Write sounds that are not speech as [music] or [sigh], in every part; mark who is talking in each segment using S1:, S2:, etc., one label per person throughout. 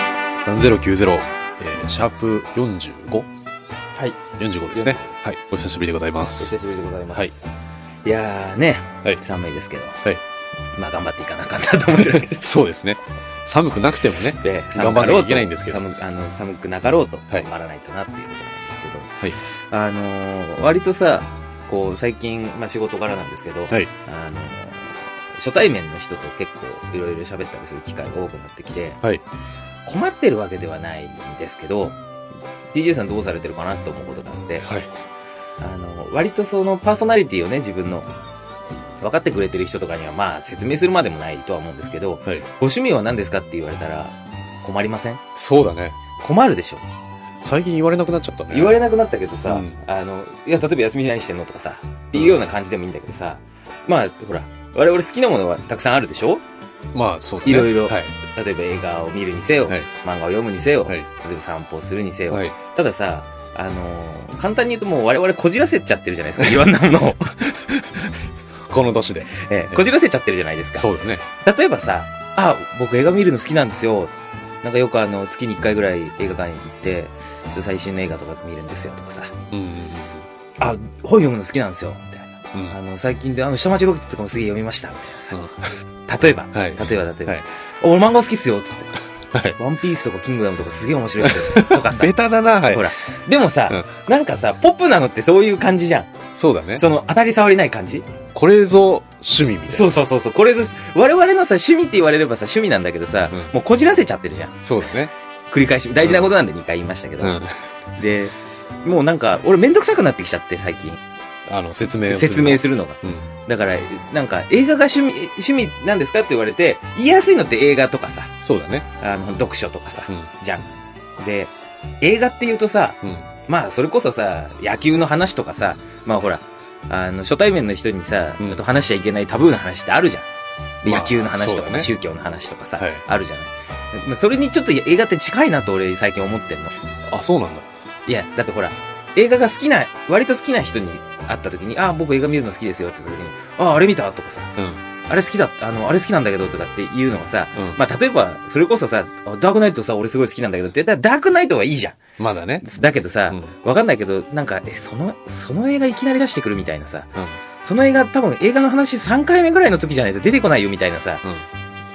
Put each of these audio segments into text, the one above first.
S1: 090、えーシャープ 45?45
S2: はい。
S1: ですね。はい。お久しぶりでございま
S2: お
S1: す。
S2: 久しぶりでございます。
S1: はい。
S2: いやーね、
S1: はい
S2: 寒いですけど、
S1: はい。
S2: まあ頑張っていかなあかんなと思ってるわけです。
S1: そうですね。寒くなくてもね。 [laughs]
S2: [laughs] で
S1: 頑張らなきゃいけないんですけど
S2: 寒あの寒くなかろうと
S1: はい
S2: 頑張らないとなっていうことなんですけど、
S1: はい。
S2: あのー割とさ、こう最近、まあ、仕事柄なんですけ
S1: は
S2: ど、
S1: い。
S2: あのー初対面の人と結構いろいろ喋ったりする機会が多くなってきて、
S1: はい。
S2: 困ってるわけではないんですけど、DJ さんどうされてるかなと思うことがあって、
S1: はい。
S2: あの、割とそのパーソナリティをね、自分の、分かってくれてる人とかには、まあ、説明するまでもないとは思うんですけど、
S1: はい。
S2: ご趣味は何ですかって言われたら、困りません
S1: そうだね。
S2: 困るでしょ。
S1: 最近言われなくなっちゃったね。
S2: 言われなくなったけどさ、
S1: うん
S2: あの、いや、例えば休み何してんのとかさ、っていうような感じでもいいんだけどさ、まあ、ほら、我々好きなものはたくさんあるでしょ
S1: まあ、そうだね。
S2: いろいろ
S1: はい。
S2: 例えば映画を見るにせよ、
S1: はい。
S2: 漫画を読むにせよ、
S1: はい。
S2: 例えば散歩をするにせよ、
S1: はい。
S2: たださ、あのー簡単に言うともう我々こじらせちゃってるじゃないですか、いろんなも
S1: [laughs]
S2: のを。
S1: この年で。
S2: ええこじらせちゃってるじゃないですか。
S1: そうだね。
S2: 例えばさ、あ、僕映画見るの好きなんですよ。なんかよくあの、月に1回ぐらい映画館に行って、ちょっと最新の映画とか見るんですよとかさ、
S1: うん
S2: あ、本読むの好きなんですよ、みたいな。
S1: うんうん。うん
S2: あの、最近であの、下町ロケットとかもすげえ読みました、みたいなさ。
S1: う
S2: [laughs] 例えば、
S1: んはい。
S2: 例えば例えば、
S1: はい
S2: 俺漫画好きっすよ、つって。
S1: はい。
S2: ワンピースとかキングダムとかすげえ面白いっす
S1: [laughs]
S2: よ、とかさ。
S1: ベタだな、はい
S2: ほ。ら。でもさ、なんかさ、ポップなのってそういう感じじゃん。
S1: そうだね。
S2: その、当たり障りない感じ
S1: これぞ趣味みたいな。
S2: そうそうそうそう。これぞ、我々のさ、趣味って言われればさ、趣味なんだけどさ、
S1: うん
S2: もうこじらせちゃってるじゃん。
S1: そうだね。
S2: 繰り返し、大事なことなんで2回言いましたけど。
S1: うん。
S2: で、もうなんか、俺めんどくさくなってきちゃって、最近。
S1: あの、説明をする。
S2: 説明するのが。
S1: うん。
S2: だから、なんか、映画が趣味、趣味なんですかって言われて、言いやすいのって映画とかさ、
S1: そうだね。
S2: あの、読書とかさ
S1: う、ん。
S2: じゃん。で、映画って言うとさ、
S1: うん。
S2: まあ、それこそさ、野球の話とかさ、まあほら、あの、初対面の人にさ、
S1: うん
S2: あと話しちゃいけないタブーな話ってあるじゃん。で
S1: まあ
S2: 野球の話
S1: そ
S2: と
S1: う
S2: か、
S1: だね
S2: 宗教の話とかさ、
S1: はい
S2: あるじゃない。まあそれにちょっと映画って近いなと俺最近思ってんの。
S1: あ、そうなんだ。
S2: いや、だってほら、映画が好きな、割と好きな人に会った時に、ああ、僕映画見るの好きですよって言った時に、ああ、あれ見たとかさ、
S1: うん。
S2: あれ好きだ、あの、あれ好きなんだけどとかっていうのがさ、
S1: うん。
S2: まあ、例えば、それこそさ、あダークナイトさ、俺すごい好きなんだけどって言ったら、ダークナイトはいいじゃん。
S1: まだね。
S2: だけどさ、
S1: うん。うん。
S2: わかんないけど、なんか、え、その、その映画いきなり出してくるみたいなさ、その映画多分映画の話3回目ぐらいの時じゃないと出てこないよみたいなさ、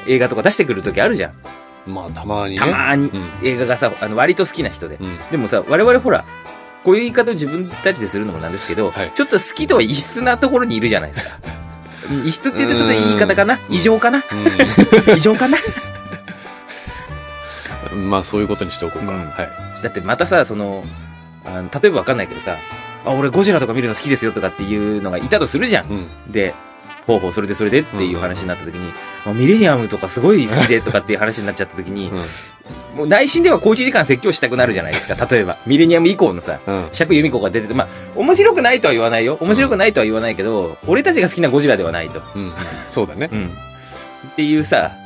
S2: 映画とか出してくる時あるじゃん。
S1: うん。まあ、たまにね。
S2: たまーに
S1: う。ん。
S2: 映画がさ、あの、割と好きな人で。
S1: うん。
S2: でもさ、我々ほら、こういう言い方を自分たちでするのもなんですけど、
S1: はい
S2: ちょっと好きとは異質なところにいるじゃな
S1: [laughs]
S2: いですか。異質って言うとちょっと言い方かな
S1: うん
S2: 異常かな異常かな [laughs]
S1: うん。まあ、そういうことにしておこうか。
S2: うん
S1: はい。
S2: だってまたさ、その、あの例えばわかんないけどさ、あ、俺ゴジラとか見るの好きですよとかっていうのがいたとするじゃん。
S1: うん。
S2: で、ほうほう、それでそれでっていう話になった時に、あミレニアムとかすごい好きでとかっていう話になっちゃった時に、もう内心では小一時間説教したくなるじゃないですか。例えば、ミレニアム以降のさ、
S1: うん。うん。
S2: 釈由美子が出てて、まあ、面白くないとは言わないよ。面白くないとは言わないけど、俺たちが好きなゴジラではないと。
S1: うん。そうだね。
S2: うん。っていうさ、うん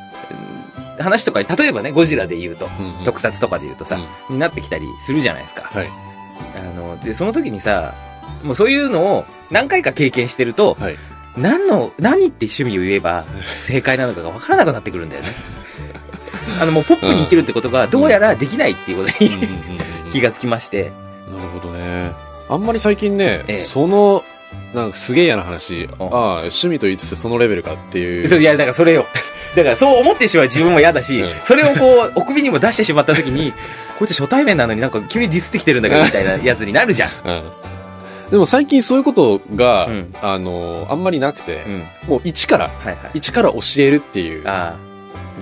S2: 話とかに、例えばね、ゴジラで言うと、
S1: うん。
S2: 特撮とかで言うとさ、
S1: うん
S2: になってきたりするじゃないですか。
S1: はい。
S2: あの、で、その時にさ、もうそういうのを何回か経験してると、
S1: はい。
S2: 何の、何って趣味を言えば正解なのかが分からなくなってくるんだよ
S1: [laughs]
S2: ね。あの、もうポップに生きるってことがどうやらできないっていうこと
S1: うん
S2: に
S1: うんうんうん
S2: [laughs] [laughs] 気がつきまし
S1: な
S2: て。
S1: るほどね。あんまり最近ね、
S2: ええ
S1: その、なんかすげえ嫌な話、
S2: うん
S1: ああ、趣味と言いつつそのレベルかっていう。
S2: そういや、だからそれよ。 [laughs] だからそう思ってしまう自分も嫌だし
S1: うん、
S2: それをこう、お首にも出してしまった時に、 [laughs] こいつ初対面なのになんか急にディスってきてるんだけどみたいなやつになるじゃん。
S1: うんでも最近そういうことが、
S2: うん
S1: あの、あんまりなくて、
S2: うん。
S1: もう一から、
S2: はいはい。
S1: 一から教えるっていう、
S2: あ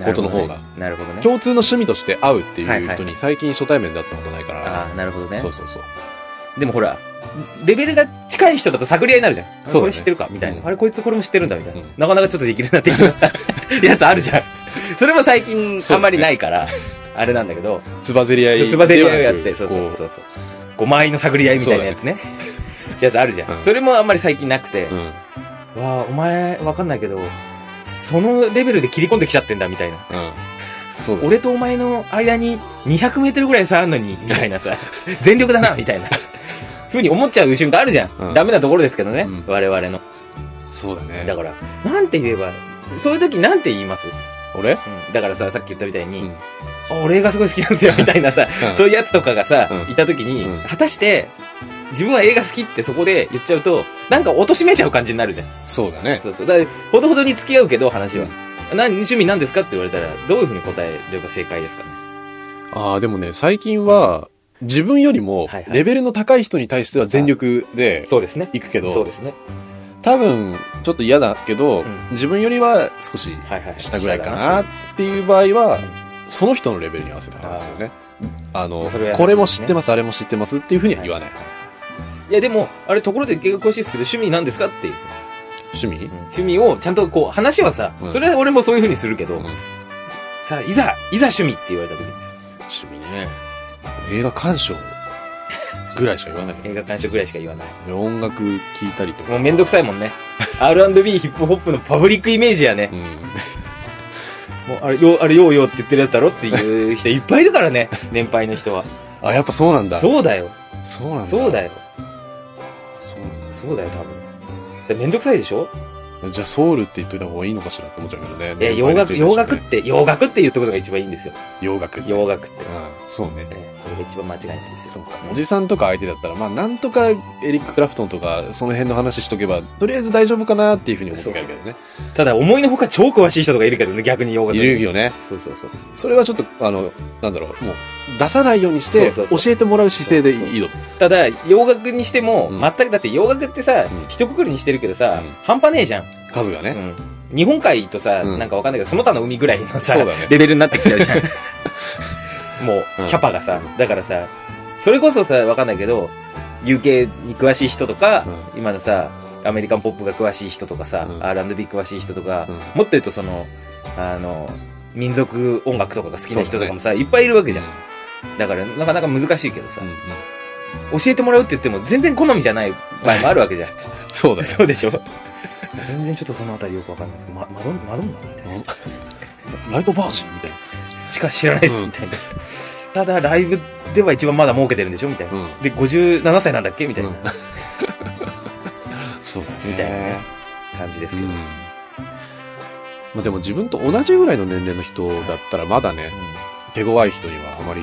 S2: あ。なるほどね
S1: ことの方が。
S2: なるほどね。
S1: 共通の趣味として合うって
S2: はい
S1: いう
S2: はい
S1: 人に最近初対面で会ったことないから、
S2: ああ、なるほどね
S1: そ。うそうそう。
S2: でもほら、レベルが近い人だと探り合いになるじゃん。あれ
S1: そうだね
S2: これ知ってるかみたい
S1: う
S2: な、
S1: ん
S2: あれこいつこれも知ってるんだみたいな。
S1: うん
S2: なかなかちょっとできるな的なさ、 [laughs] やつあるじゃん。それも最近
S1: そうだね
S2: あんまりないから、あれなんだけど、
S1: つばぜり合いではなく。
S2: つばぜり合いをやって、そうそ
S1: こ
S2: うそうそう。5枚の探り合いみたいなやつね。やつあるじゃん,、
S1: うん
S2: それもあんまり最近なくて、
S1: うん。
S2: わあ、お前わかんないけど、そのレベルで切り込んできちゃってんだみたいな。
S1: うん。そうだね
S2: 俺とお前の間に200メートルぐらい差あるのに、みたいな [laughs] さ、全力だな、みたいな、ふうに思っちゃう瞬間あるじゃん。
S1: うん
S2: ダメなところですけどね、
S1: うん
S2: 我々の。
S1: そうだね。
S2: だから、なんて言えば、そういう時なんて言います、う
S1: 俺
S2: ん、だからさ、さっき言ったみたいに、
S1: うん
S2: あ俺映画すごい好きなんですよ、みたいなさ、
S1: ん
S2: そういうやつとかがさ、
S1: うん
S2: いた時に、
S1: うん
S2: 果たして、自分は映画好きってそこで言っちゃうと、なんか貶としめちゃう感じになるじゃん。
S1: そうだね。
S2: そうそう。だからほどほどに付き合うけど、話は。な、趣味なんですかって言われたら、どういうふうに答えれば正解ですかね。
S1: ああ、でもね、最近は、自分よりも
S2: はいは、い
S1: レベルの高い人に対しては全力で
S2: そうですね。
S1: 行くけ
S2: そう
S1: ど
S2: で、すね。
S1: 多分、ちょっと嫌だけど
S2: うん、
S1: 自分よりは少し
S2: はいはい。
S1: 下ぐらいかなっていう場合は、その人のレベルに合わせて話すよね。あの
S2: それは、
S1: これも知ってます、あれも知ってますっていうふうには言わない。。
S2: いや、でも、あれ、ところで結構詳しいですけど、趣味なんですかっていう。
S1: 趣味
S2: 趣味を、ちゃんとこう、話はさ
S1: う、ん
S2: それは俺もそういうふうにするけど
S1: うん、
S2: さあ、いざ、いざ趣味って言われた時にさ、
S1: 趣味ね。映画鑑賞ぐらいしか言わないよね
S2: 映画鑑賞ぐらいしか言わない。
S1: で音楽聴いたりとか。
S2: もうめんどくさいもんね。R&B、ヒップホップのパブリックイメージやね
S1: う。ん。
S2: もう、あれ、よ、あれ、ようよって言ってるやつだろっていう人いっぱいいるか
S1: [laughs]
S2: らね、年配の人は。
S1: あ、やっぱそうなんだ。
S2: そうだよ。
S1: そうなんだ。
S2: そうだよ。
S1: そうなんだ。
S2: そうだよ、多分。でめんどくさいでしょ
S1: じゃあソウルって言っといた方がいいのかしらって思っちゃうけどね。年
S2: え、
S1: 配
S2: 洋
S1: の
S2: 楽、
S1: 人
S2: 洋
S1: たち
S2: 楽
S1: は
S2: っ
S1: ね
S2: て、洋楽って言ったことが一番いいんですよ。
S1: 洋楽って。
S2: 洋楽って。
S1: うん。そうね
S2: え。ーそれが一番間違いないんです
S1: そう
S2: よ。
S1: か。おじさんとか相手だったら、まあ、なんとかエリック・クラプトンとか、その辺の話しとけば、とりあえず大丈夫かなっていうふうに思ってくれるけどね。
S2: ただ、思いのほか超詳しい人とかいるけどね、逆に洋楽
S1: い
S2: に
S1: るよね。
S2: そうそうそう。
S1: それはちょっと、あの、なんだろう、もう、出さないようにし
S2: そ
S1: て、
S2: うそうそう
S1: 教えてもらう姿勢でいいの。
S2: ただ、洋楽にしても、
S1: うん
S2: 全く、だって洋楽って
S1: う
S2: さ、
S1: ん
S2: 一括りにしてるけどさ、
S1: うん
S2: 半端ねえじゃん。
S1: 数がね。
S2: うん日本海とさ、
S1: うん
S2: なんかわかんないけど、その他の海ぐらいのさ、
S1: そうだね
S2: レベルになってきちゃうじゃん。 [laughs] も
S1: う
S2: う、
S1: ん
S2: キャパがさ、だからさ、それこそさ、わかんないけど、UK に詳しい人とか、今のさ、アメリカンポップが詳しい人とかさ、
S1: うん
S2: R&B 詳しい人とか、
S1: うん
S2: もっと言うとその、あの、民族音楽とかが好きな人とかもさ、いっぱいいるわけじゃん。だから、なかなか難しいけどさ、
S1: うんうん
S2: 教えてもらうって言っても全然好みじゃない場合もあるわけじゃん。
S1: そうだね。
S2: [laughs] そうでしょ全然ちょっとそのあたりよくわかんないですけど、ま、マドンマドンナみたいな。
S1: ライトバージンみたい
S2: しか知らないです、
S1: うん
S2: みたいな。ただ、ライブでは一番まだ儲けてるんでしょみたいな。
S1: な。うん。
S2: で、57歳なんだっけみたいな
S1: うんそうだね。
S2: みたいなね感じですけど。
S1: うんまあでも自分と同じぐらいの年齢の人だったらまだね、手強い人にはあまり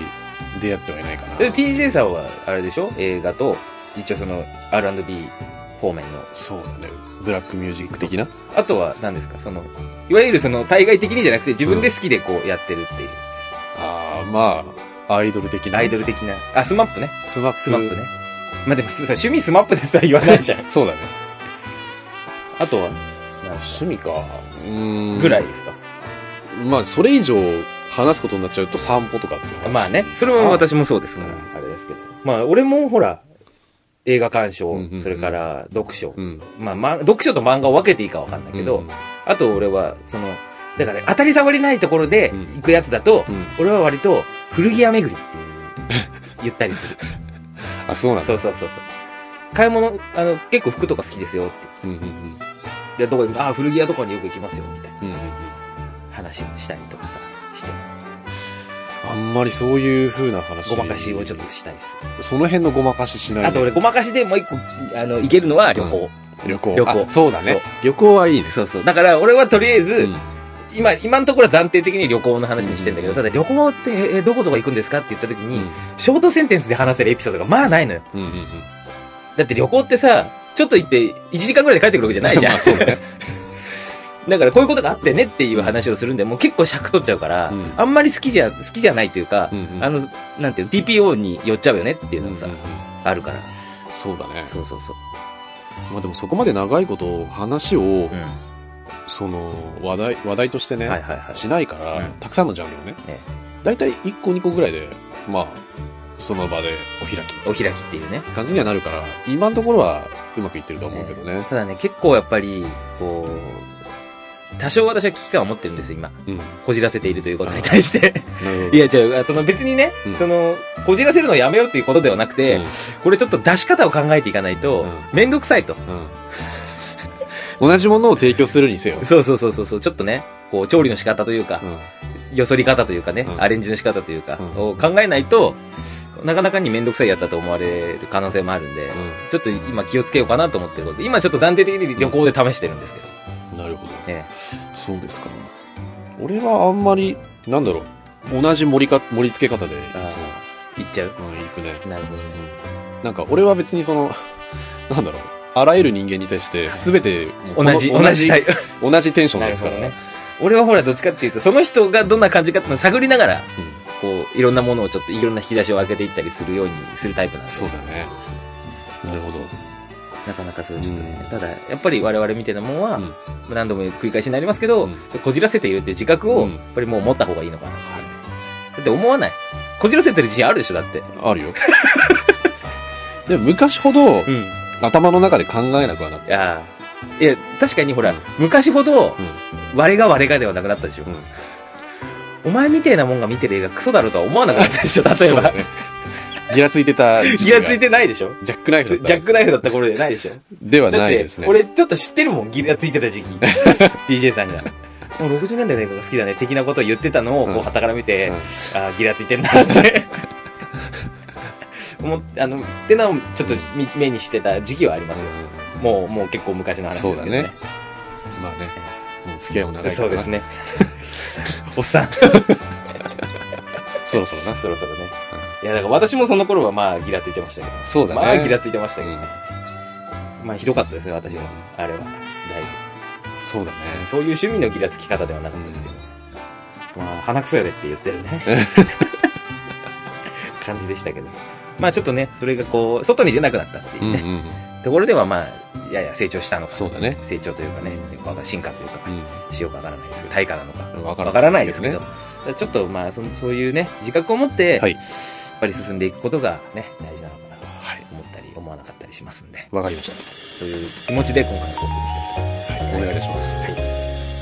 S1: 出会ってはいないかな。
S2: で、TJ さんは、あれでしょ映画と、一応その、R&B 方面の。
S1: そうだね。ブラックミュージック的な。
S2: あとは、何ですかその、いわゆるその、対外的にじゃなくて、自分で好きでこう、やってるっていう。
S1: ああ、まあ、アイドル的な。
S2: アイドル的な。あ、スマップね。
S1: スマップ。
S2: スマップね。まあ、でもさ、趣味スマップでさ、言わないじゃん。
S1: そうだね。
S2: あとは、なんす
S1: 趣味か。うーん。
S2: かぐらい。ですか、
S1: まあ、それ以上話すことになっちゃうと散歩とかっていうのが
S2: まあね、それは私もそうですから、あれですけど。まあ、俺もほら、映画鑑賞、
S1: うんうんうん
S2: それから読書。
S1: うん。
S2: まあ、ま、読書と漫画を分けていいかわかんないけど、
S1: うん
S2: あと俺は、その、だから当たり障りないところで
S1: うん
S2: 行くやつだと、
S1: うん。
S2: 俺は割と古着屋巡りっていう、言ったりする。
S1: あ、そうなんだ。
S2: そうそうそうそう。買い物、あの、結構服とか好きですよって。
S1: うんうんうん。
S2: で、どこに、ああ、古着屋とかによく行きますよ、みたい
S1: うんうんうん。
S2: な話をしたりとかさ、して、
S1: あんまりそういう風な話。
S2: ごまかしをちょっとしたりする。
S1: その辺のごまかししないね。
S2: あと俺、ごまかしでもう一個、あの、行けるのは旅行。
S1: 旅行。
S2: 旅行
S1: あそうだ
S2: そう
S1: ね。旅行はいいね。
S2: そうそう。だから俺はとりあえず、
S1: うん
S2: 今、今のところは暫定的に旅行の話にしてんだけ
S1: う
S2: ど、
S1: ん
S2: ただ旅行って、ええどことか行くんですかって言った時
S1: う
S2: に、
S1: ん
S2: ショートセンテンスで話せるエピソードがまあないのよ。
S1: うんうんうん。
S2: だって旅行ってさ、ちょっと行って1時間ぐらいで帰ってくるわけじゃ [laughs] ないじゃん。
S1: まあそうだね。
S2: [laughs] だからこういうことがあってねっていう話をするんで、もう結構尺取っちゃうから、
S1: うん
S2: あんまり好きじゃ、好きじゃないというか、
S1: うんうん
S2: あの、なんていうの、TPO に寄っちゃうよねっていうのがさ、
S1: うんうんうん
S2: あるから。
S1: そうだね。
S2: そうそうそう。
S1: まあでもそこまで長いこと話を
S2: う、ん。
S1: その、話題、話題として
S2: はいはい
S1: ね、
S2: はい。
S1: しないか
S2: うん
S1: ら、たくさんのジャンルをね
S2: え。
S1: 大体1個2個ぐらいで、まあ、その場でお開き。
S2: お開きっていうね。
S1: 感じにはなるから、今のところはうまくいってると思うけどね。
S2: ただね、結構やっぱり、こう、多少私は危機感を持ってるんですよ、今。
S1: うん。な
S2: こじらせているということに対して。
S1: るほど。
S2: いや、違う、あその別にね、
S1: うん
S2: その、こじらせるのをやめようっていうことではなくて、これちょっと出し方を考えていかないと、
S1: うん
S2: めんどくさいと。
S1: うん、うん。同じものを提供するにせよ。
S2: そうそうそうそうそう、ちょっとね、こう、調理の仕方というか、
S1: うん。
S2: よそり方というかね、
S1: うん
S2: アレンジの仕方というか、
S1: うん
S2: を考えないと、なかなかにめんどくさいやつだと思われる可能性もあるんで、ちょっと今気をつけようかなと思ってることで、今ちょっと暫定的に旅行で試してるんですけど。
S1: うん。なるほど。
S2: え
S1: そうですか。俺はあんまり、なんだろう。同じ盛りか、盛り付け方で、い
S2: あー行っちゃう
S1: つも、うん、行くね。
S2: なるほどね。
S1: なんか、俺は別にその、 [laughs] なんだろう。あらゆる人間に対して、すべてもうこの、
S2: 同じ、
S1: 同
S2: 同
S1: じ
S2: じ、タイプ。
S1: 同じテンション
S2: な
S1: で
S2: る
S1: いく
S2: ほ
S1: か
S2: ど
S1: ら。
S2: ね。俺はほら、どっちかっていうと、その人がどんな感じかっていうのを探りながら、
S1: うん
S2: こう、いろんなものをちょっと、いろんな引き出しを開けていったりするようにするタイプなんで。
S1: そうだね
S2: です
S1: なるほど。
S2: なかなかそれはちょっとね、
S1: うん
S2: ただ、やっぱり我々みたいなもんは、
S1: うん
S2: まあ何度も繰り返しになりますけど、
S1: うん
S2: それこじらせているっていう自覚を、
S1: うん
S2: やっぱりもう持った方がいいのかな。だ
S1: はい。
S2: って思わない。こじらせてる自信あるでしょ、だって。
S1: あるよ。
S2: [laughs]
S1: でも昔ほど
S2: うん。い
S1: 頭の中で考えなくはなった。
S2: やーいや、確かにほら、
S1: うん
S2: 昔ほど
S1: う、ん。
S2: 我が我がではなくなったでしょ。
S1: うん
S2: お前みてえなもんが見てる映画クソだろうとは思わなくなったでしょ、例え
S1: [laughs] そうだ
S2: ば。
S1: ね。ギラついてた時期
S2: ギ
S1: が。
S2: ラついてないでしょ
S1: ジャックナイ
S2: ジ
S1: フだった
S2: ャックナイフだった頃じゃないでしょ
S1: では
S2: だっ
S1: ない
S2: て
S1: です、ね。
S2: 俺ちょっと知ってるもん、ギラついてた時
S1: [laughs]
S2: 期。DJ さんが。もう60年代の映画が好きだね、的なことを言ってたのを、こ
S1: う
S2: う、
S1: ん
S2: 旗から見て、
S1: うん
S2: あーギラついてんなって。 [laughs] 思って、あの、ってなをちょっとみ目にしてた時期はありますよ。もう、もう結構昔の話ですけどね。
S1: うんまあね。もう付き合いも長いか
S2: そ
S1: ら
S2: う
S1: な [laughs]
S2: ですね。おっさん。
S1: そろそろな。
S2: そろそろね。いや、だから私もその頃はまあ、ギラついてましたけど。
S1: そうだね。
S2: まあ、ギラ
S1: つ
S2: ついてましたけどね。まあ、ひどかったですね、私は。あれは。だい
S1: そうだね。
S2: ぶ。そういう趣味のギラつき方ではなかったですけど。まあ、鼻くそやでって言ってる [laughs] ね。感じでしたけど。まあ、ちょっとね、それがこう、外に出なくなったって
S1: う
S2: いうん
S1: う
S2: ね。
S1: んうん。
S2: ところではまあ、やや成長したのか。
S1: そうだね。
S2: 成長というかね、よくわかん進化というか、
S1: う
S2: しようかわからないですけど、対価なのか。
S1: ん。わ
S2: わからないですけ
S1: ね
S2: ど。。だからちょっとまあその、そういうね、自覚を持って、
S1: はい
S2: やっぱり進んでいくことがね、大事なのかなと
S1: はい。
S2: 思ったり、思わなかったりしますんで。
S1: わかりました。
S2: そういう気持ちで今回の報告していきたいと思
S1: お願
S2: います。
S1: いいたします。
S2: はい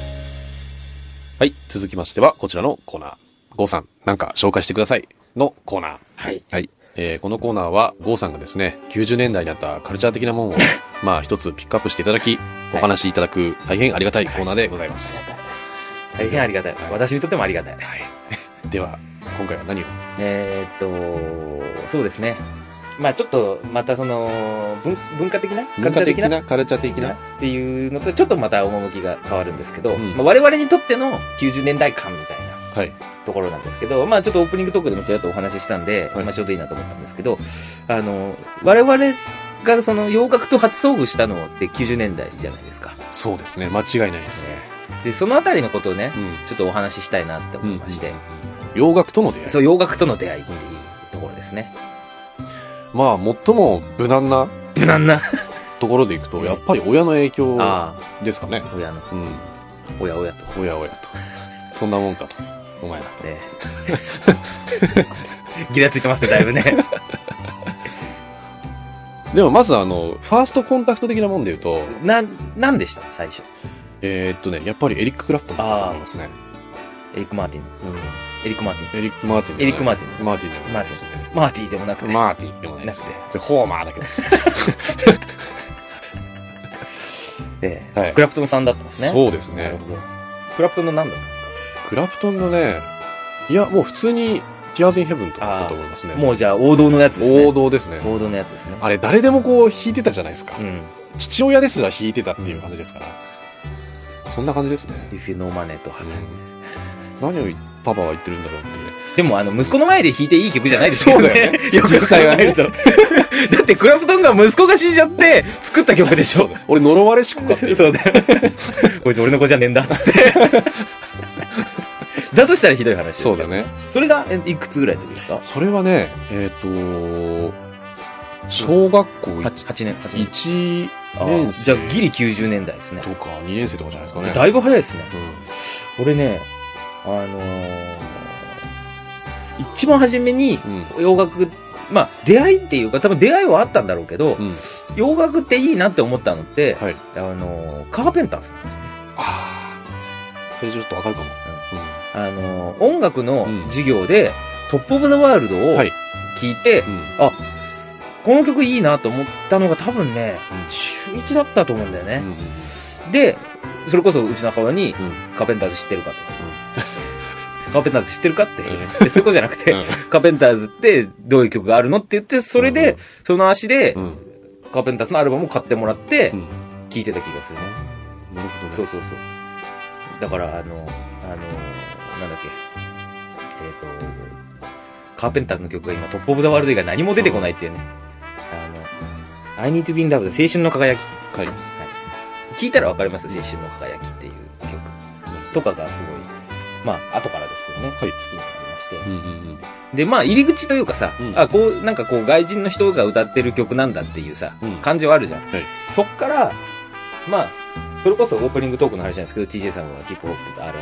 S1: はい。続きましては、こちらのコーナー。ゴーさん、なんか紹介してください。のコーナー。
S2: はい。
S1: はい。えーこのコーナーは、ゴーさんがですね、90年代にあったカルチャー的な
S2: [laughs]
S1: もんを、まあ、一つピックアップしていただき、お話しいただく、大変ありがたいコーナーでございます。
S2: 大変ありがたい
S1: は。い
S2: 私にとってもありがたい。
S1: はい。では、今回は何を
S2: えーっと、そうですね。まあちょっと、またその、文文化的な
S1: 文化的な、カルチャー
S2: 的
S1: 的
S2: な
S1: な。
S2: っていうのと、ちょっとまた趣が変わるんですけど、
S1: うん
S2: まあ我々にとっての90年代感みたいな
S1: はい。
S2: ところなんですけど、まあちょっとオープニングトークでもちらっとお話ししたんで、
S1: はい
S2: まあちょうどいいなと思ったんですけど、あの、我々がその洋楽と初遭遇したのって90年代じゃないですか。
S1: そうですね。間違いないですね。
S2: で、そのあたりのことをね
S1: う、ん。
S2: ちょっとお話ししたいなって思いまして、
S1: うん。洋楽との出会い。
S2: そう、洋楽との出会いっていうところですね。
S1: まあ、最も無難な
S2: 無難な。
S1: ところでいくと、やっぱり親の影響
S2: ああ、
S1: ですかね。
S2: 親の、
S1: うん。
S2: おやおやと。
S1: おやおやと。そんなもんかと。お前らと。
S2: ね [laughs] ギラついてますね、だいぶね。
S1: でも、まずあの、ファーストコンタクト的なもんで言うと、
S2: な、なんでした最初。
S1: えーっとね、やっぱりエリック・クラプトンだと思いますね。
S2: エリック・マーティン。
S1: うん
S2: エリック・マーテ
S1: エリック・マーティン。
S2: エリックマーティン
S1: マーティンでもないですね。
S2: ィン。マーティーでもなくて。
S1: マーティンでもないで
S2: なく
S1: す
S2: て
S1: ね。。それホーマーだけど。
S2: ええ
S1: はい
S2: クラプトンさんだったんですね。
S1: そうです
S2: なる
S1: ね。
S2: ほど。クラプトンの何だったんです
S1: クラプトンのね、いや、もう普通に、ティアーズ・イン・ヘブンとかだったと思いますね。
S2: かもうじゃあ王道のやつですね。
S1: 王道ですね。
S2: 王道のやつですね。
S1: あれ、誰でもこう、弾いてたじゃないですか。
S2: うん。
S1: 父親ですら弾いてたっていう感じですから。そんな感じですね。
S2: If you know money と。
S1: 何をパパは言ってるんだろうっていうね。
S2: でもあの、息子の前で弾いていい曲じゃないですよね。
S1: そうだよね
S2: よく考
S1: [laughs] 実際は
S2: え
S1: ね
S2: ると。だってクラプトンが息子が死んじゃって作った曲でしょ。
S1: 俺、呪われしこかっていう。
S2: そう
S1: [laughs]
S2: だよ。こいつ俺の子じゃねえんだっつって。だとしたらひどい話ですけ
S1: そ
S2: ど
S1: うだ。ね。
S2: それがえいくつぐらいの時ですか
S1: それはね、えっ、と、小学校
S2: 8, 年、8年。
S1: 1
S2: あ
S1: 年
S2: ーじ
S1: 生
S2: ゃあギリ90年代ですね。
S1: とか2年生とかじゃないですかね。
S2: だいぶ早いですね。
S1: う
S2: 俺ね、あのー一番初めに
S1: ん。うん。
S2: 洋楽、まあ出会いっていうか多分出会いはあったんだろうけど、
S1: うん。
S2: 洋楽っていいなって思ったのって、
S1: はい。
S2: あのーカーペンターズなんですよね。
S1: ああ。それちょっとわかるかも。
S2: あのー音楽の
S1: うん
S2: 授業で、トップオブザワールドを
S1: はい
S2: 聞いて、
S1: うん。うん。
S2: あ、この曲いいなと思ったのが多分ね、中1だったと思うんだよ
S1: う
S2: ね。
S1: ん。
S2: で、それこそうちの母親に、
S1: うん。
S2: カーペンターズ知ってるかと。カーペンターズ知ってるかって。でそういうことじゃなくて、
S1: うん
S2: カーペンターズってどういう曲があるのって言って、それで、
S1: うん
S2: その足で、
S1: うん。
S2: カーペンターズのアルバムを買ってもらって
S1: うん、
S2: 聴いてた気がするね。
S1: なるほどね。
S2: そうそうそう。だから、あの、あの、なんだっけ。ええっ、と、カーペンターズの曲が今トップオブザワールド以外何も出てこないっていうね。あの、I need to be in love 青春の輝き。
S1: はい。
S2: 聞いたらわかります青春の輝きっていう曲とかがすごい、まあ、後からですけどね、好きになりまし
S1: うんうん
S2: て。で、まあ、入り口というかさ、
S1: うん
S2: あ、こう、なんかこう、外人の人が歌ってる曲なんだっていうさ、
S1: うん
S2: 感じはあるじゃん。
S1: はい
S2: そっから、まあ、それこそオープニングトークの話なんですけど、TJ さんはヒップホップと R&B と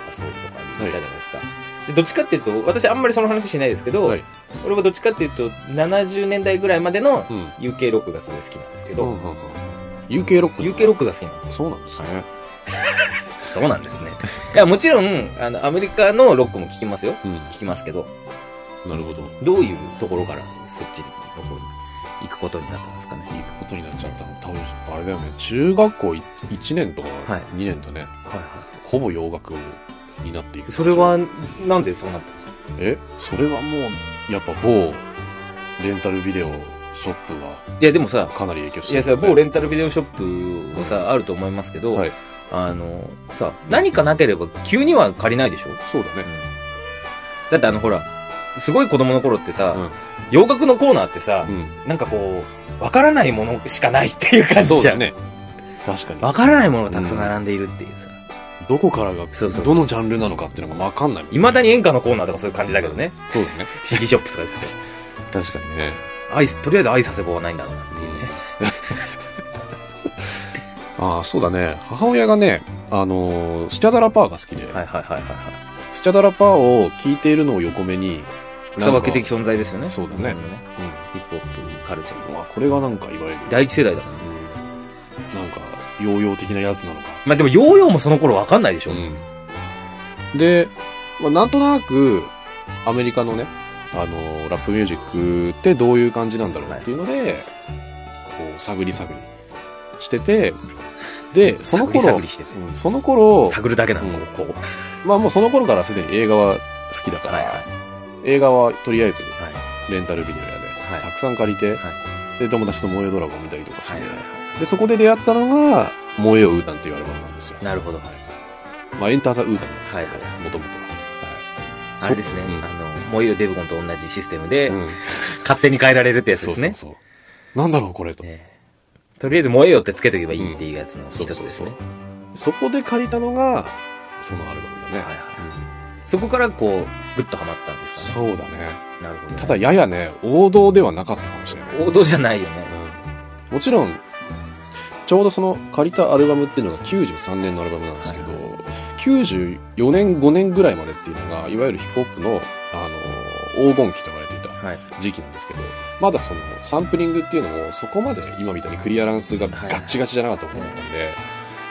S2: かソウルとかに行ったじゃないですか。でどっちかっていうと、私あんまりその話しないですけ
S1: う
S2: ど、
S1: ん。はい。
S2: 俺はどっちかっていうと、70年代ぐらいまでの
S1: うん。
S2: UK ロックがすごい好きなんですけ
S1: う
S2: ど、
S1: んうんうん UK ロック
S2: UK ロックが好きなんですよ。
S1: そうなんですね。
S2: そうなんですね。いや、もちろん、あの、アメリカのロックも聞きますよ。
S1: うん。
S2: 聞きますけど、
S1: なるほど。
S2: どういうところからそっちの方に行くことになったんですかね。
S1: 行くことになっちゃったの。多分、あれだよね。中学校い1年とか
S2: はい
S1: 2年とね、
S2: はいは
S1: ほぼ洋楽になっていく。
S2: それは、なんでそうなったんですか
S1: えそれはもう、やっぱ某レンタルビデオショップが
S2: いや、でもさ、
S1: かなり影響し
S2: い
S1: て
S2: や
S1: る
S2: さ、某レ
S1: ン
S2: ンタルビデオショップはさ、あると思いますけど、
S1: はい
S2: あの、さ、何かなければ急には借りないでしょ、
S1: そうだね。
S2: だってあの、ほら、すごい子供の頃ってさ、
S1: うん
S2: 洋楽のコーナーってさ、
S1: う
S2: なんかこう、わからないものしかないっていう感
S1: ん。そ
S2: じ
S1: う
S2: じゃ
S1: だ
S2: ん。
S1: ね。確かに。
S2: わからないものがたくさん並んでいるっていうさ。
S1: どこからが、
S2: そうそうそう
S1: どのジャンルなのかっていうのがわかんない。
S2: 未だに演歌のコーナーとかそういう感じだけどね。
S1: そうだね。
S2: CD ショップとか行くと。
S1: 確かにね。
S2: 愛す、とりあえず愛させ棒はないんだろうなっていうね。
S1: ああ、そうだね。母親がね、あのースチャダラパーが好きで、
S2: はいはいはいはいは
S1: スチャダラパーを聴いているのを横目に、
S2: い。草分け的存在ですよね。
S1: そうだね
S2: 日本のヒップホップカルチャー
S1: うん
S2: の
S1: まあ、これがなんかいわゆる、
S2: 第一世代だからね。
S1: うんなんか、ヨーヨー的なやつなのか。
S2: まあでもヨーヨーもその頃わかんないでしょ。
S1: うん、で、まあ、なんとなくアメリカのねあのラップミュージックってどういう感じなんだろうっていうので、こう探り探りしてて
S2: [laughs]
S1: でその頃
S2: 探り探りしてて。
S1: うんその頃
S2: 探るだけなの、
S1: うん
S2: こう。こう
S1: まあもうその頃からすでに映画は好きだから、
S2: はいはい。
S1: 映画はとりあえず
S2: はい
S1: レンタルビデオやで、
S2: はい
S1: たくさん借りて、
S2: は
S1: で友達と「萌えドラゴン」見たりとかし
S2: はい
S1: て、
S2: はいは
S1: でそこで出会ったのが「萌えよウータン」っていうアルバムなんですよ
S2: い。、なるほど。はい
S1: まあ、エンターザ・ウータンなんですけど
S2: はいは
S1: もともとは、
S2: あれですね。
S1: うん
S2: あの、モイヨデブコンと同じシステムで
S1: う、ん
S2: 勝手に変えられるってやつですね。
S1: そうそうそう。なんだろう、これと。
S2: ええとりあえず燃えよってつけとけばいいっていうやつの一つですね
S1: うん。そこで借りたのが、そのアルバムだね。
S2: はいはいそこからこう、ぐっとハマったんですかね。
S1: そうだね。
S2: なるほどね。
S1: ただ、ややね、王道ではなかったかもしれない。
S2: 王道じゃないよね。
S1: うんもちろん、ちょうどその借りたアルバムっていうのが93年のアルバムなんですけど、
S2: は
S1: 94年、5年ぐらいまでっていうのが、いわゆるヒップホップの、あの、黄金期と言われていた
S2: はい。
S1: 時期なんですけど、まだそのサンプリングっていうのもそこまで今みたいにクリアランスがガッチガチじゃなかったことだったんで、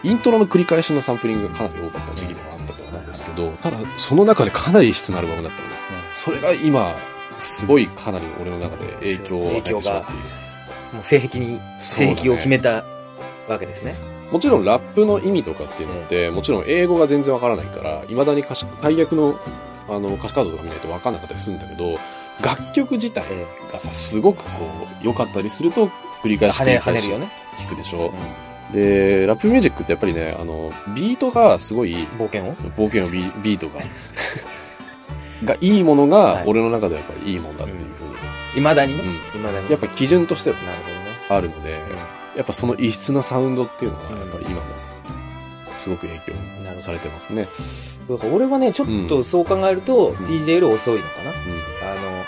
S1: イントロの繰り返しのサンプリングがかなり多かった時期ではあったと思うんですけど、ただその中でかなり異質なアルバムだったので、それが今、すごいかなり俺の中で影響を与えてしまっている。
S2: もう性癖に、
S1: そうだ
S2: 性
S1: ね
S2: 癖を決めたわけですね。
S1: もちろんラップの意味とかっていうのって、もちろん英語が全然わからないから、未だに歌詞大役のあの歌詞カードとか見ないとわかんなかったりするんだけど、楽曲自体
S2: え
S1: がさ、すごくこう、良かったりすると、繰り
S2: え
S1: 返し
S2: 跳
S1: 繰り
S2: ね、
S1: 返し
S2: 跳ねるよね。
S1: 聞くでしょ
S2: う。ん
S1: で、ラップミュージックってやっぱりね、あの、ビートがすごい、
S2: 冒険を
S1: 冒険のビビート
S2: [laughs]
S1: が、がいいものが
S2: は、い
S1: 俺の中ではやっぱりいいもんだっていうふうに、
S2: 未だにね
S1: うん。
S2: 未だに。
S1: やっぱ基準としては
S2: なるほどね。
S1: あるので、
S2: う
S1: やっぱその異質なサウンドっていうのが、
S2: うん
S1: やっぱり今も、すごく影
S2: んな
S1: 響
S2: るほ
S1: されてますね。
S2: ど。だから俺はね、ちょっとそう考えると、DJ より遅いのかな。
S1: う
S2: あの、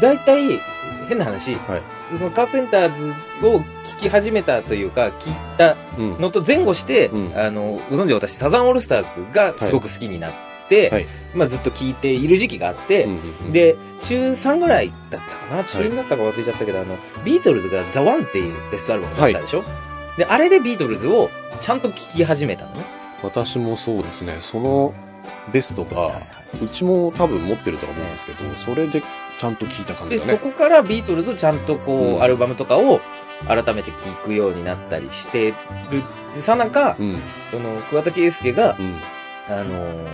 S2: 大体、変な話、
S1: はい
S2: そのカーペンターズを聞き始めたというか、聞いた
S1: ん。うん。
S2: のと前後して、
S1: うん
S2: あの、ご存知私、サザンオールスターズがすごく好きになって、
S1: はい
S2: まあずっと聞いている時期があって、
S1: うんうんうん、
S2: で、中3ぐらいだったかな中2だったか忘れちゃったけど、あの、ビートルズがザ・ワンっていうベストアルバムを出したでしょ、で、あれでビートルズをちゃんと聴き始めたのね。
S1: 私もそうですね、そのベスト
S2: はい
S1: が、
S2: は
S1: うちも多分持ってるとは思うんですけど、それでちゃんと聞いた
S2: い
S1: 感
S2: で、
S1: じだ
S2: そ
S1: ね。
S2: こからビートルズをちゃんとこう、
S1: うん
S2: アルバムとかを改めて聴くようになったりしてるさなか、
S1: うん。
S2: その、桑田佳祐が
S1: う、ん。
S2: あのー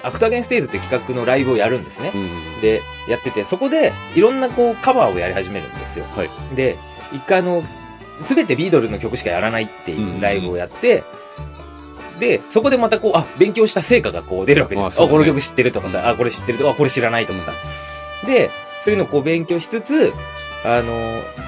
S2: アクターゲンステーズって企画のライブをやるんですね。
S1: うんうん。
S2: で、やってて、そこで、いろんなこう、カバーをやり始めるんですよ。
S1: はい。
S2: で、一回あの、すべてビートルズの曲しかやらないっていうライブをやって、で、そこでまたこう、あ、勉強した成果がこう出るわけじゃん。
S1: あ
S2: あ、
S1: そうだね
S2: この曲知ってるとかさ、あ、これ知ってるとか、あ、これ知らないとかさ。で、そういうのをこう勉強しつつ、あの、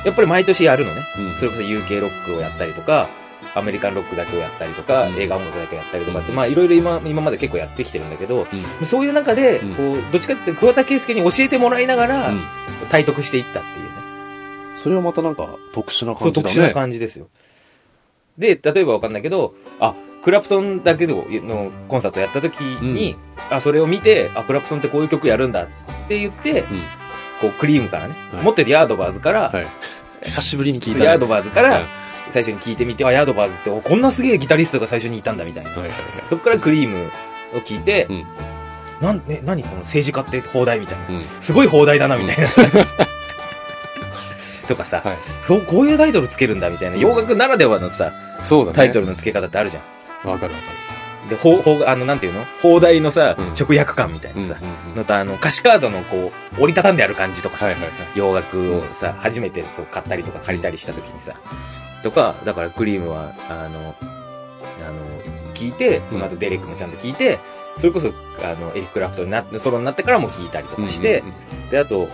S2: やっぱり毎年やるのね。
S1: うん
S2: それこそ UK ロックをやったりとか、アメリカンロックだけをやったりとか、
S1: うん
S2: 映画音楽だけをやったりとかって、
S1: うん
S2: まあいろいろ今、今まで結構やってきてるんだけど、
S1: う
S2: そういう中で、
S1: うん
S2: こう、どっちかっていうと桑田佳祐に教えてもらいながら、
S1: うん
S2: 体得していったっていうね。
S1: それはまたなんか特殊な
S2: そ
S1: 感
S2: う、
S1: じ
S2: 特
S1: だね。
S2: 殊な感じですよ。で、例えばわかんないけど、あ、クラプトンだけののコンサートやった時に、あ、それを見て、あ、クラプトンってこういう曲やるんだって言って、
S1: うん
S2: こう、クリームからね、
S1: はい
S2: 持ってるヤードバーズから、
S1: はい。久しぶりに聞いたね。
S2: ヤードバーズか
S1: [laughs] はい
S2: ら最初に聞いてみて、あ、ヤードバーズっておこんなすげえギタリストが最初にいたんだみたいな。
S1: はいはいはい。
S2: そこからクリームを聞いて、
S1: うん
S2: なん、ね、何この政治家って放題みたいな。
S1: うん。
S2: すごい放題だなみたいなさ。とかさ、
S1: はい
S2: そう、こういうタイトルつけるんだみたいな。洋楽ならではのさ、
S1: そうだね。
S2: タイトルの付け方ってあるじゃん。
S1: わかるわか
S2: で、ほう、あの、なんていうの放題のさ、
S1: うん
S2: 直訳感みたい
S1: る。
S2: なさ、
S1: うんうんうん
S2: のとあの、歌詞カードのこう、折りたたんである感じとかさ、
S1: はいはいはい。
S2: 洋楽をさ、初めてそう買ったりとか借りたりした時にさ、とか、だからクリームは、あの、あの、聞いて、その後デレックもちゃんと聞いて、それこそ、あの、エリック・クラプトンになソロになってからも聞いたりとかして、
S1: うん
S2: で、あと、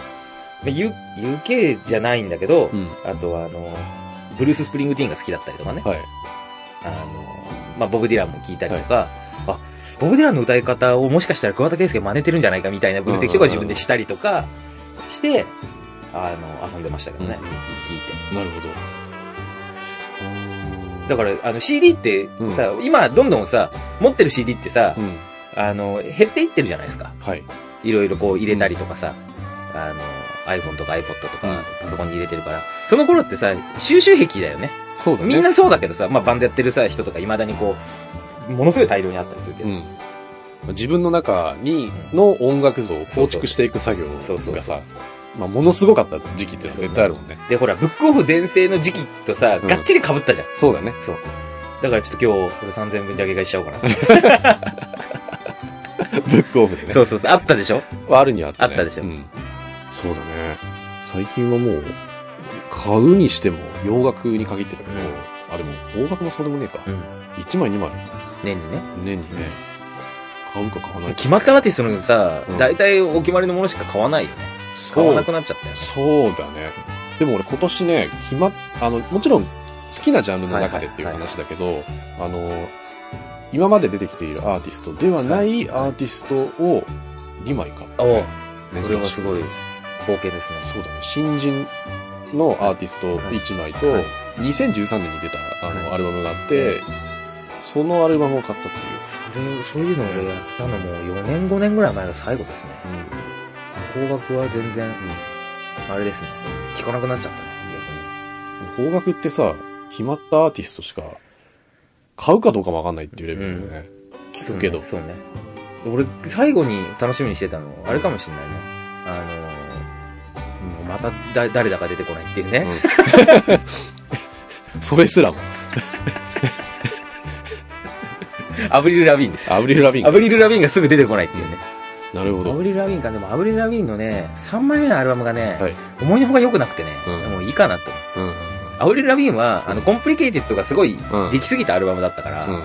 S2: まあ U- UK じゃないんだけど、
S1: うんうん、
S2: あとはあの、ブルース・スプリングティーンが好きだったりとかね、
S1: はい。
S2: あの、まあ、ボブ・ディランも聞いたりとか、あ、ボブ・ディランの歌い方をもしかしたら桑田佳祐真似てるんじゃないかみたいな分析とか自分でしたりとかして、あの、遊んでましたけどね、
S1: うん
S2: 聞いて。
S1: なるほど。
S2: だ
S1: か
S2: から、あの、CD ってさ、今どんどんさ、持ってる CD ってさ、
S1: うん。
S2: あの、減っていってるじゃないですか。
S1: はい。
S2: いろいろこう入れたりとかさ、あの、iPhone とか iPod と
S1: うん
S2: かパソコンに入れてるから、その頃ってさ、収集癖だよね。
S1: そうだね。
S2: みんなそうだけどさ、まあバンドやってるさ、人とか未だにこう、ものすごい大量にあったりするけど、
S1: うん。自分の中に、の音楽像を構築していく作業
S2: そうそう
S1: がさ、まあ、ものすごかった時期っていうのは絶対あるもんね。
S2: で、ほら、ブックオフ全盛の時期とさ、
S1: うん
S2: がっちり被ったじゃん。
S1: そうだ
S2: [laughs]
S1: ね。
S2: そう。だからちょっと今日、これ3000分だけ買いしちゃおうかな。
S1: ブックオフでね。
S2: [laughs] そうそうそう。あったでしょ
S1: あるにはあった、ね。
S2: あったでしょ
S1: うん。そうだね。最近はもう、買うにしても洋楽に限ってたけど、
S2: うん
S1: あ、でも洋楽もそうでもねえか。
S2: うん
S1: 1枚2枚、
S2: 年にね。
S1: 年にね、買うか買わないか。
S2: 決まったアーティストのさ
S1: うん、
S2: 大体お決まりのものしか買わないよね。買
S1: そ
S2: わ
S1: う
S2: なくなっちゃったよね。
S1: そうだね。でも俺今年ね、決まっ、あの、もちろん好きなジャンルの中でっていう
S2: はいはい
S1: 話だけど、あの、今まで出てきているアーティストではないアーティストを2枚買った、
S2: お
S1: ね
S2: う。それはすごい冒険ですね。
S1: そうだね。新人のアーティスト1枚と、
S2: はい
S1: 2013年に出たあ
S2: は
S1: の
S2: い
S1: アルバムがあって、そのアルバムを買ったっていう。
S2: それ、そういうのをやったのも4年5年ぐらい前が最後ですね。邦楽は全然、あれですね。聞かなくなっちゃったね。
S1: 邦楽ってさ、決まったアーティストしか買うかどうかもわかんないっていうレベルだよね。聞くけど。
S2: そうね。そうね俺、最後に楽しみにしてたの、あれかもしれないね。あのー、もうまただ誰だか出てこないっていうね。
S1: うんそれすらも。
S2: [laughs] アブリル・ラビーンです。
S1: アブリル・ラビン
S2: ア
S1: が。
S2: ブリル・ラビーンがすぐ出てこないっていうね。
S1: なるほ
S2: ア
S1: ど。
S2: ブリル・ラビーンか、でもアブリル・ラビーンのね、3枚目のアルバムがね、
S1: はい
S2: 思いのほか良くなくてね、
S1: うん
S2: もういいかなと思う。
S1: うん。
S2: アブリル・ラビーンは、あの、コンプリケイティッドがすごい、
S1: うん
S2: できすぎたアルバムだったから、
S1: うん。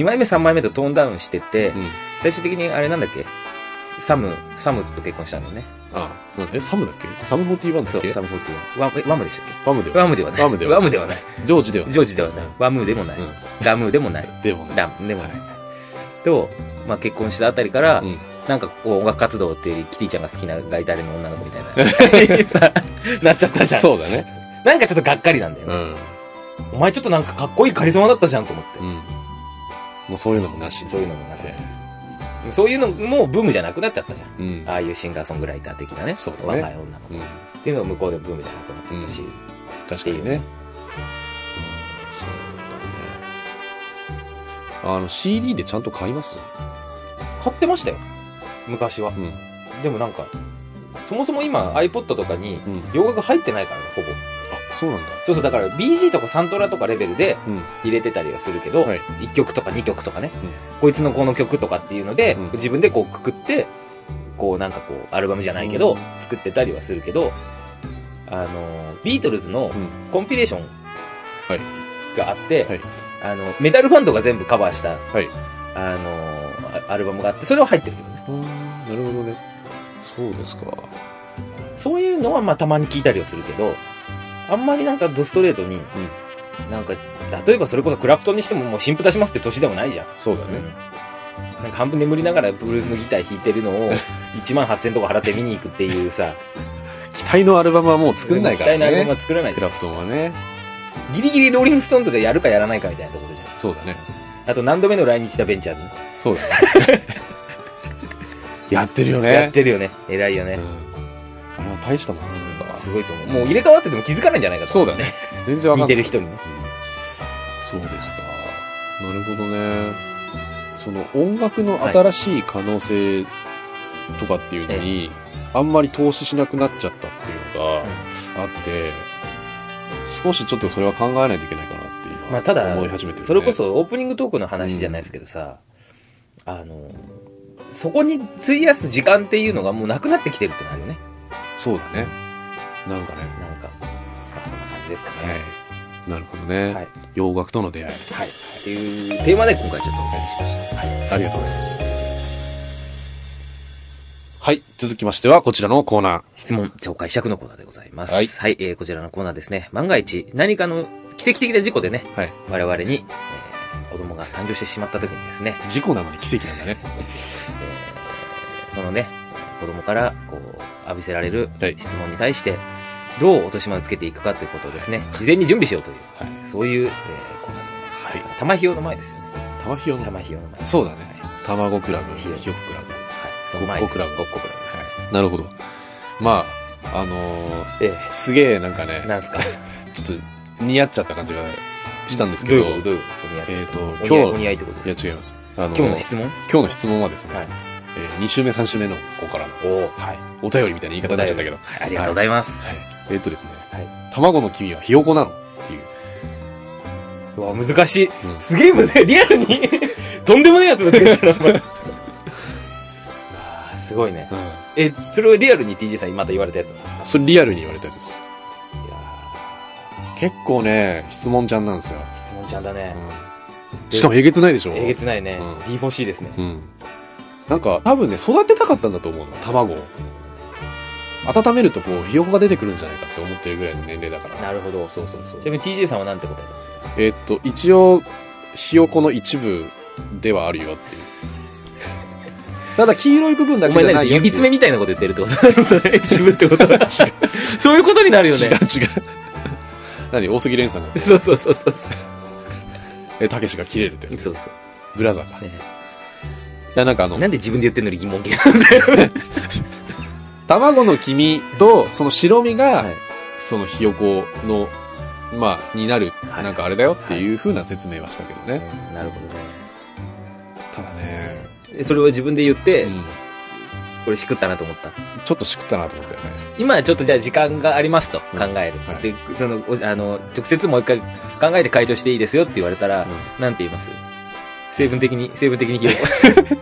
S2: 2枚目、3枚目とトーンダウンしてって、
S1: うん。
S2: 最終的にあれなんだっけサム、サムと結婚したんだよね。
S1: あ、なんだえ、サムだっけサム41だ
S2: そ
S1: っ
S2: う、
S1: け
S2: サム41。ワム、ワムでしたっけ
S1: バムでは。
S2: ワムではない。
S1: ワムでは
S2: ワムではない。
S1: ジョージでは。
S2: ジョージではない。ワムでもない。
S1: うん
S2: ラムでもない。
S1: でもね。
S2: ラムでもない。
S1: は
S2: と、まあ、結婚したあたりから、
S1: うん
S2: なんかこう音楽活動っていうより、キティちゃんが好きなガイタレの女の子みたい
S1: [laughs]
S2: な、さ、なっちゃったじゃん。
S1: そうだね。
S2: なんかちょっとがっかりなんだよ
S1: う
S2: ね。
S1: ん。
S2: お前ちょっとなんかかっこいいカリスマだったじゃんと思って。
S1: うん。もうそういうのもなし。
S2: そういうのもなくて
S1: え。
S2: でもそういうのもブームじゃなくなっちゃったじゃ
S1: えう
S2: ん。
S1: ん。
S2: ああいうシンガーソングライター的なね。
S1: そうだね
S2: 若い女の子。
S1: うん。
S2: っていうのが向こうでブームじゃなくなっちゃったし。
S1: 確かにね。うんそうだね。あの、CD でちゃんと買います
S2: 買ってましたよ。昔は
S1: う。ん。
S2: でもなんか、そもそも今 iPod とかに
S1: うん。
S2: 洋楽入ってないからね、ほぼ。
S1: あ、そうなんだ。
S2: そうそう、だから BG とかサントラとかレベルで
S1: うん。
S2: 入れてたりはするけど、
S1: はい
S2: 1曲とか2曲とかね、
S1: う
S2: こいつのこの曲とかっていうので、
S1: うん
S2: 自分でこうくくって、こうなんかこう、アルバムじゃないけど、
S1: うん
S2: 作ってたりはするけど、あのー、ビートルズの
S1: うん
S2: コンピレーション
S1: はい
S2: があって、
S1: はい
S2: あの、メタルバンドが全部カバーした、
S1: はい
S2: あの、あアルバムがあって、それは入ってるけどね。
S1: あーなるほどね。そうですか。
S2: そういうのはまあたまに聞いたりはするけど、あんまりなんかドストレートに、なんか、例えばそれこそクラプトンにしてももう新譜出しますって年でもないじゃん。
S1: そうだね。
S2: なんか半分眠りながらブルースのギター弾いてるのを1万8000とか払って見に行くっていうさ、
S1: 期待のアルバムはもう作んないから
S2: 期待のアルバム
S1: ね。
S2: は作らない
S1: ク。ラプトンはね。
S2: ギリギリローリングストーンズがやるかやらないかみたいなところじゃ
S1: そうだね。
S2: ん。あと何度目の来日だベンチャーズね、
S1: そうだね。 [laughs] やってるよね。
S2: やってるよね。偉いよね
S1: う。ん。あれは大したもんだと思うんだわ。
S2: すごいと思う。もう入れ替わってても気づかないんじゃないかと
S1: そう
S2: 思
S1: だね。。全然わかん
S2: 見
S1: な
S2: て
S1: い。
S2: る人にね。
S1: そうですか。なるほどね。その音楽の新しい可能性とかっていうのに、あんまり投資しなくなっちゃったっていうのがあって、少しちょっとそれは考えないといけないかなって今、
S2: まあただ
S1: 思い始めてる、ね。
S2: それこ、そオープニングトークの話じゃないですけどさ、あの、そこに費やす時間っていうのがもうなくなってきてるってのあるよね。
S1: そうだね。なんかね。
S2: なんか、まあ、そんな感じですかね。
S1: はい。なるほどね。
S2: はい
S1: 洋楽との出会い。
S2: はい。っていうテーマで今回ちょっとお話ししました。はい。
S1: ありがとうございます。はい。続きましては、こちらのコーナー。
S2: 質問、超解釈のコーナーでございます。
S1: はい
S2: えーこちらのコーナーですね。万が一、何かの奇跡的な事故でね、
S1: はい。
S2: 我々に、えー子供が誕生してしまった時にですね、
S1: 事故なのに奇跡なんだね。
S2: えーそのね、子供から、こう、浴びせられる
S1: はい
S2: 質問に対して、どう落とし前をつけていくかということをですね、事前に準備しようという、
S1: はい。
S2: そういう、えーコーナーでございま
S1: はい。
S2: す。玉ひよの前ですよね。
S1: 玉ひよの。
S2: 玉ひよの前。
S1: そうだ
S2: は
S1: ね。
S2: い。
S1: 卵クラブ、
S2: ひ
S1: ひ
S2: よ
S1: よこクラブ。
S2: はい。その前。
S1: ごごくらぶ
S2: ごっこくらぶですね。
S1: なるほど。まあ、あのー
S2: え
S1: すげえなんか
S2: え
S1: ね、
S2: なんすか
S1: ちょっと似合っちゃった感じがしたんですけど、
S2: ういうことどういうことですか似合っちゃ
S1: えっ、と、
S2: うお似合いお
S1: 今日、
S2: 似合いってこと
S1: い
S2: で
S1: や
S2: す
S1: 違います。あの
S2: か
S1: ー
S2: 今日の質問
S1: 今日の質問はですね、
S2: はい
S1: えー、2週目、3週目の子からの、
S2: おお
S1: はい、お便りみたいな言い方になっちゃったけど、
S2: はいありがとうございます。
S1: はい、えっ、とですね、
S2: はい
S1: 卵の黄身はひよこなのっていう。
S2: うわ、難しい。
S1: うん
S2: すげえむずい。リアルに、 [laughs] とんでもないやつぶつけてたな、これ。わ [laughs] あすごいね。え、それをリアルに TJ さんにまた言われたやつなんですか
S1: それリアルに言われたやつです。
S2: いや
S1: 結構ね、質問ちゃんなんですよ。
S2: ー質問ちゃんだね。
S1: うんしかもえげつないでしょ
S2: えげつないね。
S1: うん
S2: D4C ですね。
S1: うん。なんか、多分ね、育てたかったんだと思うの、卵を。温めるとこう、ひよこが出てくるんじゃないかって思ってるぐらいの年齢だから。
S2: なるほど。そうそうそう。ちなみに TJ さんはなんて答えたんですか
S1: えーっと、一応、ひよこの一部ではあるよって
S2: [laughs]
S1: いう。ただ、黄色い部分だ
S2: お
S1: けじ
S2: 前
S1: ゃな
S2: 何
S1: いよって
S2: 指
S1: いう。
S2: 爪みたいなこと言ってるってこと [laughs] それ、自分ってこと [laughs] そういうことになるよね。
S1: 違う違う。何大杉蓮さんが、
S2: そうそうそうそう。そ
S1: え、たけしが切れるってや
S2: う
S1: つ。
S2: そう。
S1: ブラザーか。い
S2: ね
S1: や、なんかあの、
S2: なんで自分で言ってんのに疑問系なんだよ。
S1: 卵の黄身と、その白身が、
S2: はい
S1: そのひよこの、まあ、になる、
S2: はい
S1: なんかあれだよっていう風な説明はしたけどね。
S2: なるほど
S1: ただね、
S2: ね。それを自分で言って、
S1: うん、
S2: これしくったなと思った。
S1: ちょっとしくったなと思ったよね。
S2: 今ちょっとじゃあ時間がありますと
S1: うん
S2: 考える。
S1: はい
S2: で、その、おあの、直接もう一回考えて解除していいですよって言われたら、なんて言います成分的に、成分的にひよこ。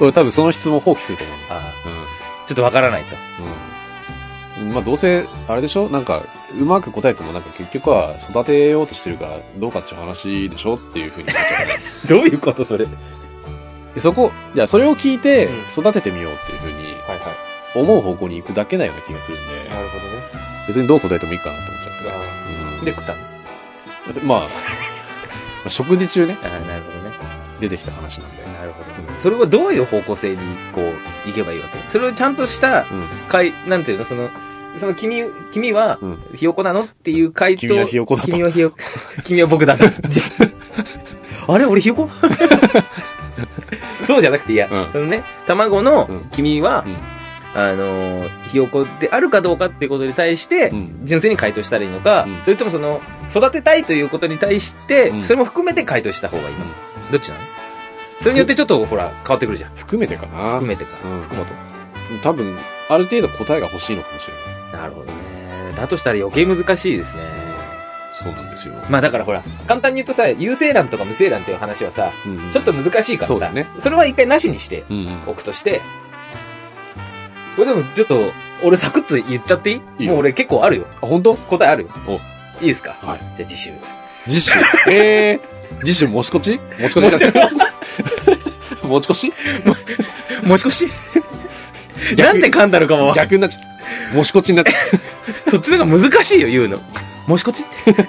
S1: 俺多分その質問放棄すると思う。
S2: [laughs] ああちょっとわからないと。
S1: うん。うん。まあ、どうせ、あれでしょなんか、うまく答えてもなんか結局は育てようとしてるからどうかっていう話でしょっていう風になっちゃうね。
S2: どういうことそれ。はい
S1: でそこ、じゃあそれを聞いて
S2: うん
S1: 育ててみようっていう風に
S2: は
S1: 思う方向に行くだけなような気がするんで、
S2: るほどね。
S1: 別にどう答えてもいいかなと思っちゃったから。うん
S2: で、食ったの
S1: だってまあ、まあ食事中ね、
S2: ああ、なるほどね。
S1: 出てきた話なんで。
S2: なるほど。それはどういう方向性に、こう、行けばいいわけそれをちゃんとした、
S1: うん。
S2: 回、なんていうのその、その君、君は
S1: うん、
S2: ひよこなのっていう回答。
S1: 君はひよこだと
S2: 君はひよこ、君は僕だと。
S1: [laughs]
S2: じゃああれ俺ひよこそうじゃなくて、いや、
S1: うん
S2: そのね、卵の
S1: うん
S2: 君は、
S1: うん
S2: あのーひよこであるかどうかっていうことに対して、
S1: うん
S2: 純粋に回答したらいいのか、
S1: うん
S2: それともその、育てたいということに対して、
S1: うん
S2: それも含めて回答した方がいいの、
S1: うん
S2: どっちなのそれによってちょっと、ほら、変わってくるじゃん。
S1: 含めてかな
S2: 含めてか。
S1: うん
S2: 含むと。
S1: 多分、ある程度答えが欲しいのかもしれない。
S2: なるほどね。だとしたら余計難しいですね。
S1: そうなんですよ。
S2: まあだからほら、簡単に言うとさ、有精卵とか無精卵っていう話はさ、
S1: うん
S2: ちょっと難しいから
S1: そう
S2: さ、
S1: だね
S2: それは一回なしにして
S1: うんうん、
S2: おくとして、これでもちょっと、俺サクッと言っちゃっていい
S1: いいよ
S2: もう俺結構あるよ。
S1: あ、本当
S2: 答えあるよ。
S1: お
S2: いいですか
S1: はい。
S2: じゃあ次週。
S1: 次週。ええ次週持ちこち持ちこちじゃない [laughs] 持ち越し
S2: もしこし [laughs] なんで噛んだのかも。
S1: 逆になっちゃう。持ちこちになっちゃう。
S2: そっちの方が難しいよ、言うの。もしこちって。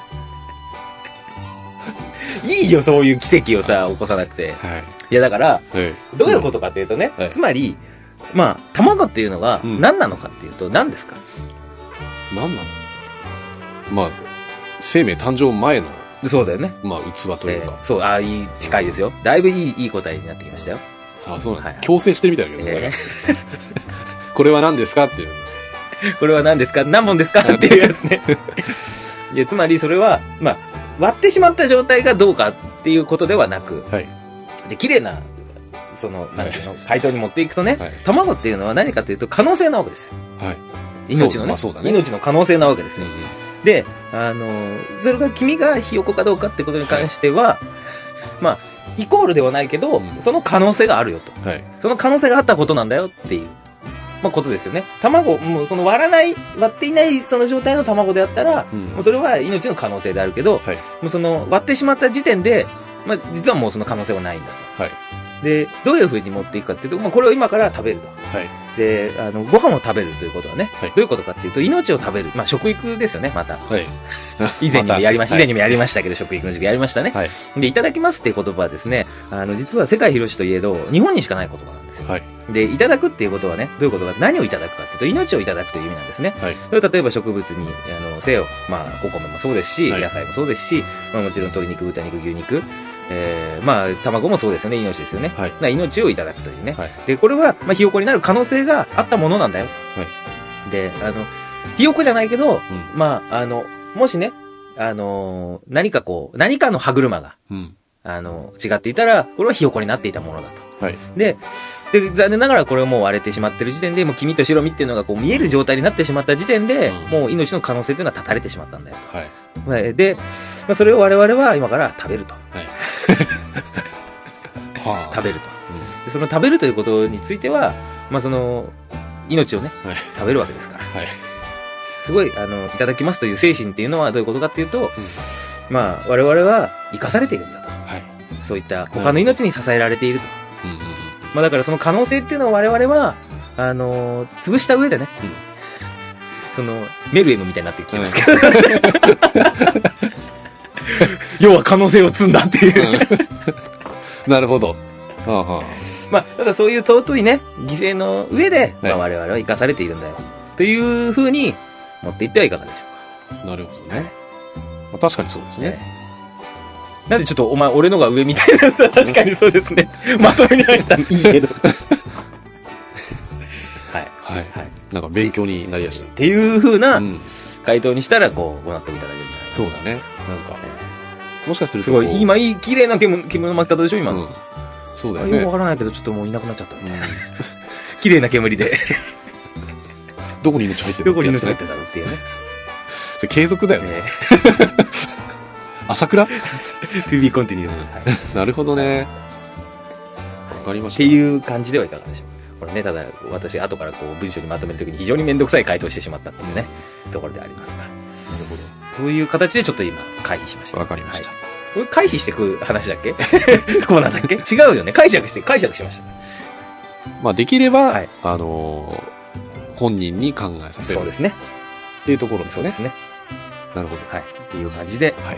S2: [laughs] いいよ、そういう奇跡をさ、起こさなくて。
S1: はい。
S2: いや、だから、
S1: はい
S2: どういうことかっていうとね、
S1: はい
S2: つまり、まあ、卵っていうのが
S1: うん
S2: 何なのかっていうと何ですか、
S1: 何なのまあ、生命誕生前の、
S2: そうだよね。
S1: まあ、器という
S2: え
S1: か
S2: ー。そう、ああ、いい、近いですよ。だいぶいい、いい答えになってきましたよ。 [laughs]
S1: あ、そうなんだ
S2: はい
S1: 強制してるみたいだけど、
S2: え
S1: ね、 [laughs] これは何ですかっていう。
S2: ーこれは何ですか何本ですかっていうやつね。 [laughs] いや、つまりそれは、まあ、割ってしまった状態がどうかっていうことではなく、
S1: はい。
S2: で、綺麗な、その、なんていうの、解凍に持っていくとね、
S1: はい
S2: 卵っていうのは何かというと可能性なわけですよ。
S1: はい。
S2: 命のね。
S1: まあそうだね
S2: 命の可能性なわけです
S1: うん
S2: よ
S1: う。ん
S2: で、あのー、それが君がひよこかどうかってことに関しては、まあ、イコールではないけど、
S1: うん
S2: その可能性があるよと。
S1: はい。
S2: その可能性があったことなんだよっていう、まあ、ことですよね。卵、もうその割らない、割っていないその状態の卵であったら、
S1: うん
S2: もうそれは命の可能性であるけど、
S1: はい
S2: もうその割ってしまった時点で、まあ、実はもうその可能性はないんだと。
S1: はい
S2: で、どういう風に持っていくかっていうと、まあ、これを今から食べると。
S1: はい。
S2: で、あの、ご飯を食べるということはね、
S1: はい
S2: どういうことかっていうと、命を食べる。まあ、食育ですよね、また。
S1: はい。
S2: [laughs] 以前にもや
S1: [laughs]
S2: りました、
S1: は
S2: 以前
S1: い
S2: にもやりましたけど、食育の授業やりましたね。
S1: はい。
S2: で、いただきますっていう言葉はですね、あの、実は世界広しといえど、日本にしかない言葉なんですよ。
S1: はい。
S2: で、いただくっていうことはね、どういうことか、何をいただくかっていうと、命をいただくという意味なんですね。
S1: はい
S2: それを例えば植物に、あの、せよ、まあ、お米もそうですし、
S1: はい
S2: 野菜もそうですし、まあ、もちろん鶏肉、豚肉、牛肉、えー、まあ、卵もそうですよね、命ですよね。
S1: はい。
S2: な命をいただくというね。
S1: はい
S2: で、これは、まあ、ひよこになる可能性があったものなんだよ。で、あの、ひよこじゃないけど、
S1: うん
S2: まあ、あの、もしね、あのー何かこう、何かの歯車が、
S1: うん。
S2: あの、違っていたら、これはひよこになっていたものだと。
S1: はい。
S2: で、で、残念ながらこれはもう割れてしまってる時点で、もう黄身と白身っていうのがこう見える状態になってしまった時点で、
S1: うん
S2: もう命の可能性というのは断たれてしまったんだよ
S1: はい。
S2: と。はいで、まあ、それを我々は今から食べると。
S1: は
S2: 食べると。
S1: うん
S2: でその食べるということについては、まあその、命をね、
S1: [laughs] はい
S2: 食べるわけですから。
S1: はい。
S2: すごい、あの、いただきますという精神っていうのはどういうことかっていうと、まあ、我々は生かされているんだと。
S1: はい。
S2: そういった他の命に支えられていると。
S1: うんうんうん。
S2: まあだからその可能性っていうのを我々は、あのー潰した上でね、
S1: うん
S2: [laughs] その、メルエムみたいになってきてますけど、 [laughs] 要は可能性を積んだって [laughs] いう。
S1: [laughs] なるほど。はあは
S2: まあ、ただそういう尊いね、犠牲の上で、ま
S1: は
S2: あ
S1: い
S2: 我々は生かされているんだよ。というふうに持っていってはいかがでしょ
S1: あなるほどね。まあ、確かにそうです
S2: うかね
S1: ね。。
S2: なんでちょっとお前、俺のが上みたいなさ、確かにそうですね。 [laughs] まとめに入った。いいけど。 [laughs] はい。
S1: はい。
S2: はい。
S1: なんか勉強になりやし
S2: っていうふう
S1: た。
S2: な
S1: うん。
S2: 回答にしたら、こう、ご納得いただけるんじゃないか
S1: そうだね。なんか、
S2: な。
S1: もしかする
S2: す
S1: と
S2: ご
S1: こう
S2: い、、今いい、綺麗な煙煙の巻き方でしょ、今
S1: う
S2: の。
S1: ん。そうだ
S2: あ
S1: よ
S2: よく
S1: ね
S2: わ。からないけど、ちょっともういなくなっちゃったみたいな。
S1: う
S2: 綺麗な煙で、
S1: んどこに命入ってるの
S2: どこに盗ま
S1: や
S2: れ
S1: つ
S2: て
S1: ね
S2: たのっていうね。
S1: それ継続だよね。
S2: え
S1: 朝倉
S2: ー [laughs] to be continued です。はい
S1: なるほどね。わかりま
S2: っ
S1: してた。
S2: いう感じではいかがでしょうかこれね、ただ、私、後からこう、文章にまとめるときに非常にめんどくさい回答してしまったっていうね、ところでありますが。
S1: なるほ
S2: そういう形でちょっと今、回避しました。
S1: わかりました
S2: はい。これ回避してく話だっけ [laughs] コーナーだっけ違うよね。解釈して、解釈しましたね。
S1: まあ、できれば、
S2: はい
S1: あのー本人に考えさせ
S2: そう
S1: る
S2: ですね。
S1: っていうところですよ
S2: そうで
S1: ね。
S2: すね。
S1: なるほど。
S2: はい。っていう感じで、
S1: はい
S2: えー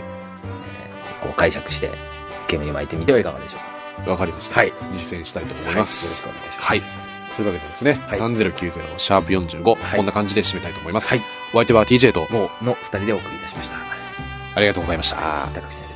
S2: こう解釈して、煙に巻いてみてはいかがでしょうか。
S1: わかりました。
S2: はい。
S1: 実践したいと思います。
S2: はいよろしくお願いします。
S1: はい。というわけでですね、
S2: はい
S1: 3090シャープ45、
S2: はい
S1: こんな感じで締めたいと思います。
S2: はい
S1: お相手は TJ と、
S2: もうの二人でお送りいたしました。
S1: ありがとうございました。
S2: 高くして